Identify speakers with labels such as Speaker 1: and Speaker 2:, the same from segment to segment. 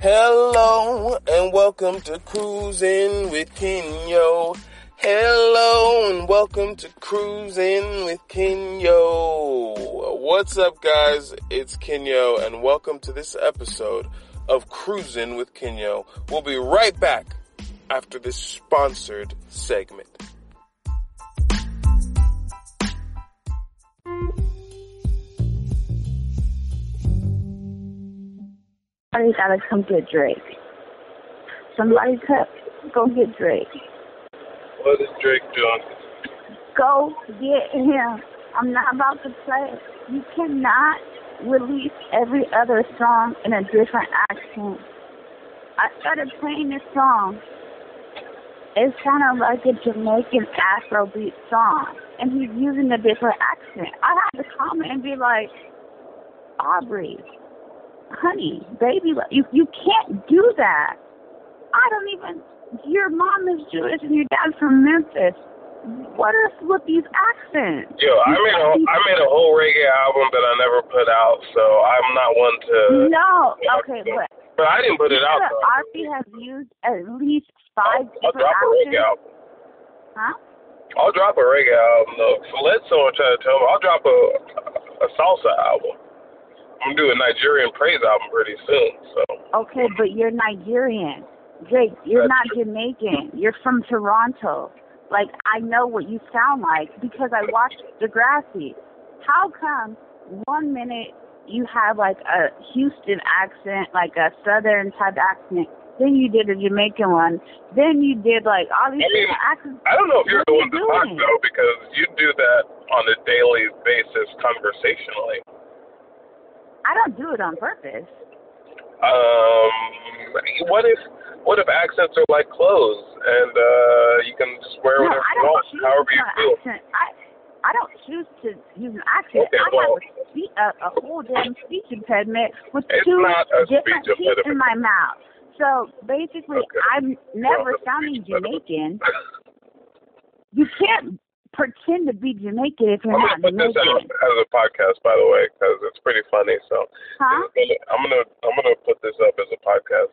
Speaker 1: Hello and welcome to Cruising with Kenyo. Hello and welcome to Cruising with Kenyo. What's up guys? It's Kenyo and welcome to this episode of Cruising with Kenyo. We'll be right back after this sponsored segment.
Speaker 2: Somebody's gotta come get Drake. Somebody co- go get Drake.
Speaker 1: What is Drake doing?
Speaker 2: Go get him. I'm not about to play. You cannot release every other song in a different accent. I started playing this song. It sounded like a Jamaican Afrobeat song, and he's using a different accent. I had to comment and be like, Aubrey, honey, baby, you you can't do that. I don't even. Your mom is Jewish and your dad's from Memphis. What is with these accents?
Speaker 1: Yo, I made a I made a whole reggae album that I never put out, so I'm not one to.
Speaker 2: No, okay, look.
Speaker 1: But I didn't put it out.
Speaker 2: Sarah
Speaker 1: though.
Speaker 2: Arby has used at least five different
Speaker 1: I'll drop a reggae
Speaker 2: accents.
Speaker 1: album.
Speaker 2: Huh?
Speaker 1: I'll drop a reggae album though. So let someone try to tell me. I'll drop a a salsa album. I'm gonna do a Nigerian praise album pretty soon. So
Speaker 2: Okay, but you're Nigerian. Jake, you're
Speaker 1: That's
Speaker 2: not Jamaican. You're from Toronto. Like, I know what you sound like because I watched Degrassi. How come one minute you have like a Houston accent, like a Southern type accent, then you did a Jamaican one, then you did like all these
Speaker 1: I mean,
Speaker 2: different accents?
Speaker 1: I don't know if you're the one
Speaker 2: What are you
Speaker 1: to talk
Speaker 2: doing?
Speaker 1: though, because you do that on a daily basis conversationally.
Speaker 2: I don't do it on purpose.
Speaker 1: Um, what if what if accents are like clothes and uh, you can just wear
Speaker 2: No,
Speaker 1: whatever
Speaker 2: I
Speaker 1: you
Speaker 2: don't
Speaker 1: want,
Speaker 2: choose
Speaker 1: however you
Speaker 2: my
Speaker 1: feel.
Speaker 2: accent. I I don't choose to use an accent.
Speaker 1: Okay,
Speaker 2: I
Speaker 1: well-
Speaker 2: have a, spe- a, a whole damn speech impediment with
Speaker 1: It's
Speaker 2: two
Speaker 1: not a
Speaker 2: different
Speaker 1: speech
Speaker 2: teeth in
Speaker 1: impediment.
Speaker 2: my mouth. So basically,
Speaker 1: Okay.
Speaker 2: I'm never
Speaker 1: that's a
Speaker 2: sounding
Speaker 1: speech impediment.
Speaker 2: Jamaican. You can't pretend to be Jamaican if you're
Speaker 1: I'm
Speaker 2: not
Speaker 1: gonna put this out
Speaker 2: Jamaican,
Speaker 1: as a podcast, by the way, because it's pretty funny. So
Speaker 2: huh?
Speaker 1: I'm gonna I'm gonna put this up as a podcast.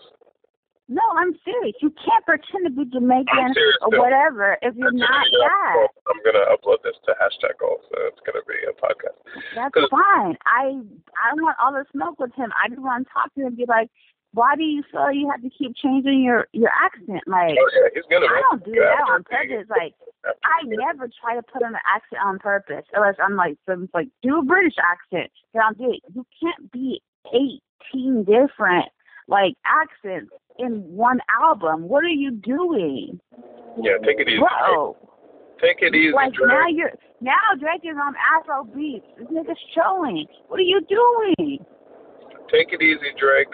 Speaker 2: No, I'm serious. You can't pretend to be
Speaker 1: I'm
Speaker 2: Jamaican
Speaker 1: serious,
Speaker 2: or
Speaker 1: too.
Speaker 2: whatever if you're
Speaker 1: Actually,
Speaker 2: not
Speaker 1: you know,
Speaker 2: that.
Speaker 1: uh, I'm gonna upload this to hashtag goals, so it's gonna be a podcast.
Speaker 2: That's
Speaker 1: 'Cause-
Speaker 2: fine. I I don't want all the smoke with him. I just want to talk to him and be like, why do you feel you have to keep changing your your accent? Like
Speaker 1: Oh yeah, he's gonna.
Speaker 2: I don't do that on
Speaker 1: after me.
Speaker 2: purpose. Like
Speaker 1: After
Speaker 2: I
Speaker 1: me.
Speaker 2: never try to put on an accent on purpose unless I'm like some like do a British accent. Then I'll do it. You can't be eighteen different like accents in one album. What are you doing?
Speaker 1: Yeah, take it easy. Drake.
Speaker 2: Whoa.
Speaker 1: Take it easy,
Speaker 2: Like
Speaker 1: Drake.
Speaker 2: now you're now Drake is on Afro beats. This nigga's showing. What are you doing?
Speaker 1: Take it easy, Drake.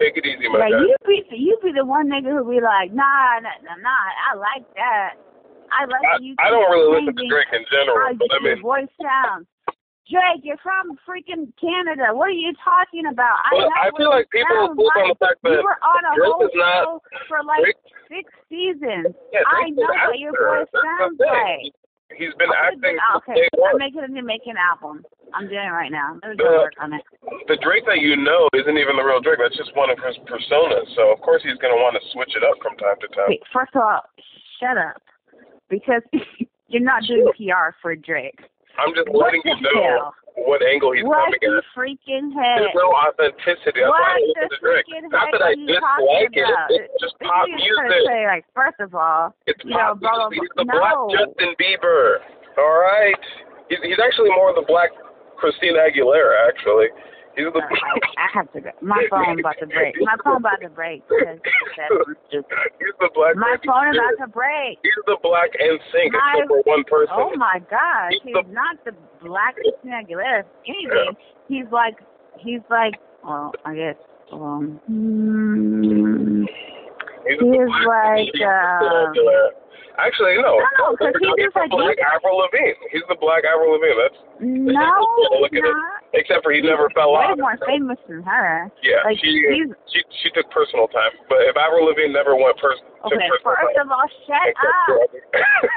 Speaker 1: Take it easy, my
Speaker 2: Like
Speaker 1: guy.
Speaker 2: you be you be the one nigga who be like, nah, nah, nah, nah I like that. I like
Speaker 1: I,
Speaker 2: you.
Speaker 1: I don't really listen to
Speaker 2: changing
Speaker 1: Drake in
Speaker 2: How
Speaker 1: general, but I
Speaker 2: your
Speaker 1: mean,
Speaker 2: voice sounds. Drake, you're from freaking Canada. What are you talking about?
Speaker 1: well,
Speaker 2: know
Speaker 1: I feel
Speaker 2: what
Speaker 1: like
Speaker 2: you
Speaker 1: people are
Speaker 2: sound
Speaker 1: fooled on
Speaker 2: like.
Speaker 1: the fact
Speaker 2: you
Speaker 1: that
Speaker 2: were on a
Speaker 1: Drake
Speaker 2: whole
Speaker 1: is not-
Speaker 2: show for like
Speaker 1: Drake-
Speaker 2: six seasons.
Speaker 1: yeah,
Speaker 2: I
Speaker 1: Drake's
Speaker 2: know
Speaker 1: an
Speaker 2: what your
Speaker 1: actor.
Speaker 2: voice
Speaker 1: That's the
Speaker 2: sounds
Speaker 1: thing.
Speaker 2: like.
Speaker 1: He's been
Speaker 2: I could've
Speaker 1: acting
Speaker 2: been-
Speaker 1: since
Speaker 2: Oh, okay,
Speaker 1: day one.
Speaker 2: I'm making a Jamaican album. I'm doing it right now. Let me
Speaker 1: Uh,
Speaker 2: go work on it.
Speaker 1: the Drake that you know isn't even the real Drake. That's just one of his personas. So of course he's gonna want to switch it up from time to time.
Speaker 2: Wait, first of all, shut up. Because you're not doing PR for Drake.
Speaker 1: I'm just
Speaker 2: What
Speaker 1: letting
Speaker 2: the
Speaker 1: you know
Speaker 2: hell?
Speaker 1: what angle he's
Speaker 2: What
Speaker 1: coming
Speaker 2: the
Speaker 1: at.
Speaker 2: freaking heck?
Speaker 1: There's no authenticity. That's why I
Speaker 2: What the
Speaker 1: listen to Drake.
Speaker 2: freaking
Speaker 1: Not
Speaker 2: heck
Speaker 1: that
Speaker 2: are
Speaker 1: I
Speaker 2: you talking
Speaker 1: dislike it.
Speaker 2: about?
Speaker 1: It's just
Speaker 2: This
Speaker 1: pop
Speaker 2: nigga's trying to
Speaker 1: music.
Speaker 2: say, like, first of all,
Speaker 1: It's
Speaker 2: you know,
Speaker 1: pop
Speaker 2: blah, blah,
Speaker 1: music. He's
Speaker 2: blah.
Speaker 1: the black
Speaker 2: um, No.
Speaker 1: Justin Bieber. All right. He's he's actually more the black Christina Aguilera. Actually, he's the.
Speaker 2: uh, I, I have to go. My phone about to break. My phone about to break. Because that's stupid.
Speaker 1: he's the black.
Speaker 2: My
Speaker 1: Britney
Speaker 2: phone
Speaker 1: Spears.
Speaker 2: about to break.
Speaker 1: He's the black and sync
Speaker 2: My-
Speaker 1: except for one person.
Speaker 2: Oh my gosh,
Speaker 1: He's
Speaker 2: he's
Speaker 1: the-
Speaker 2: not the black Christina Aguilera. If Anything. He's like, he's like, well, I guess, um, mm,
Speaker 1: He's
Speaker 2: He
Speaker 1: the
Speaker 2: is
Speaker 1: black
Speaker 2: like,
Speaker 1: Christina
Speaker 2: uh,
Speaker 1: Aguilera. Actually, no.
Speaker 2: No, 'cause he's just
Speaker 1: the
Speaker 2: like-
Speaker 1: black Avril Lavigne. He's the black Avril Lavigne. That's
Speaker 2: no,
Speaker 1: Look at it.
Speaker 2: not.
Speaker 1: except for he never fell
Speaker 2: Way
Speaker 1: out.
Speaker 2: more famous than her.
Speaker 1: Yeah,
Speaker 2: Like
Speaker 1: she,
Speaker 2: he's
Speaker 1: she she took personal time. But if Avril Lavigne never went pers- took
Speaker 2: okay.
Speaker 1: personal
Speaker 2: First of
Speaker 1: time.
Speaker 2: all, shut up.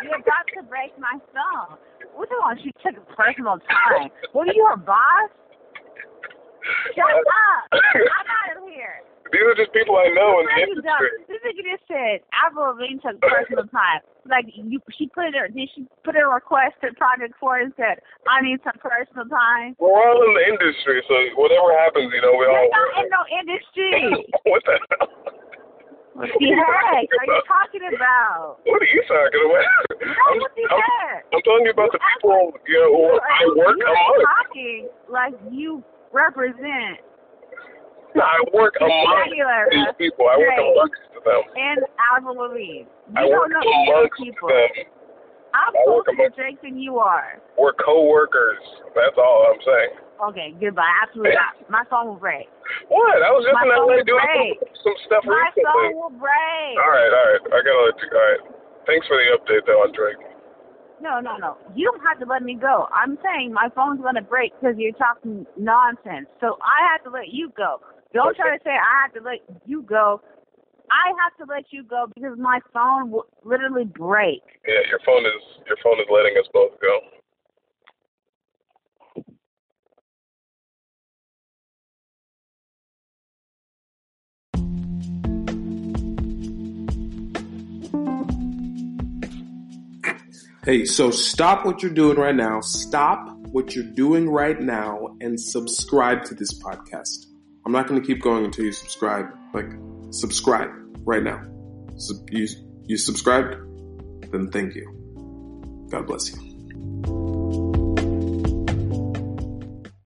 Speaker 2: You're
Speaker 1: up.
Speaker 2: about to break my phone. What do you want? She took personal time. What are you, her boss? Shut up! I'm out of here.
Speaker 1: These are just people I know in the
Speaker 2: Why you dumb?
Speaker 1: industry.
Speaker 2: This nigga just said Avril Lavigne took personal time. Like you, she put in her, did she put in a request to Project Four and said, "I need some personal time."
Speaker 1: We're all in the industry, so whatever happens, you know, we all.
Speaker 2: You're not in no industry.
Speaker 1: what the hell?
Speaker 2: What the heck are you talking about?
Speaker 1: What are you talking about?
Speaker 2: No,
Speaker 1: I'm,
Speaker 2: what the
Speaker 1: I'm,
Speaker 2: heck?
Speaker 1: I'm telling you about the
Speaker 2: act
Speaker 1: people, you know, who
Speaker 2: You-
Speaker 1: I work
Speaker 2: you
Speaker 1: a
Speaker 2: are
Speaker 1: month.
Speaker 2: talking like you represent
Speaker 1: No, I work a month.
Speaker 2: Regular,
Speaker 1: with These people, I work
Speaker 2: right.
Speaker 1: amongst them.
Speaker 2: and Avril Lavigne. uh, You don't
Speaker 1: I work
Speaker 2: know any of
Speaker 1: amongst
Speaker 2: these people.
Speaker 1: them.
Speaker 2: I'm
Speaker 1: I
Speaker 2: closer
Speaker 1: work
Speaker 2: to
Speaker 1: amongst-
Speaker 2: Drake than you are.
Speaker 1: We're co-workers. That's all I'm saying.
Speaker 2: Okay, goodbye. Absolutely not. My phone will break.
Speaker 1: What? I was just
Speaker 2: My
Speaker 1: in LA
Speaker 2: phone's
Speaker 1: doing
Speaker 2: great.
Speaker 1: some, some stuff
Speaker 2: My phone
Speaker 1: recently.
Speaker 2: will break.
Speaker 1: All right, all right. I gotta let you. All right. Thanks for the update, though, on Drake.
Speaker 2: No, no, no. You don't have to let me go. I'm saying my phone's going to break because you're talking nonsense. So I have to let you go. Don't try to say I have to let you go. I have to let you go because my phone will literally break.
Speaker 1: Yeah, your phone is your phone is letting us both go.
Speaker 3: Hey, so stop what you're doing right now. Stop what you're doing right now and subscribe to this podcast. I'm not going to keep going until you subscribe. Like, subscribe right now. Sub- you, you subscribed? Then thank you. God bless you.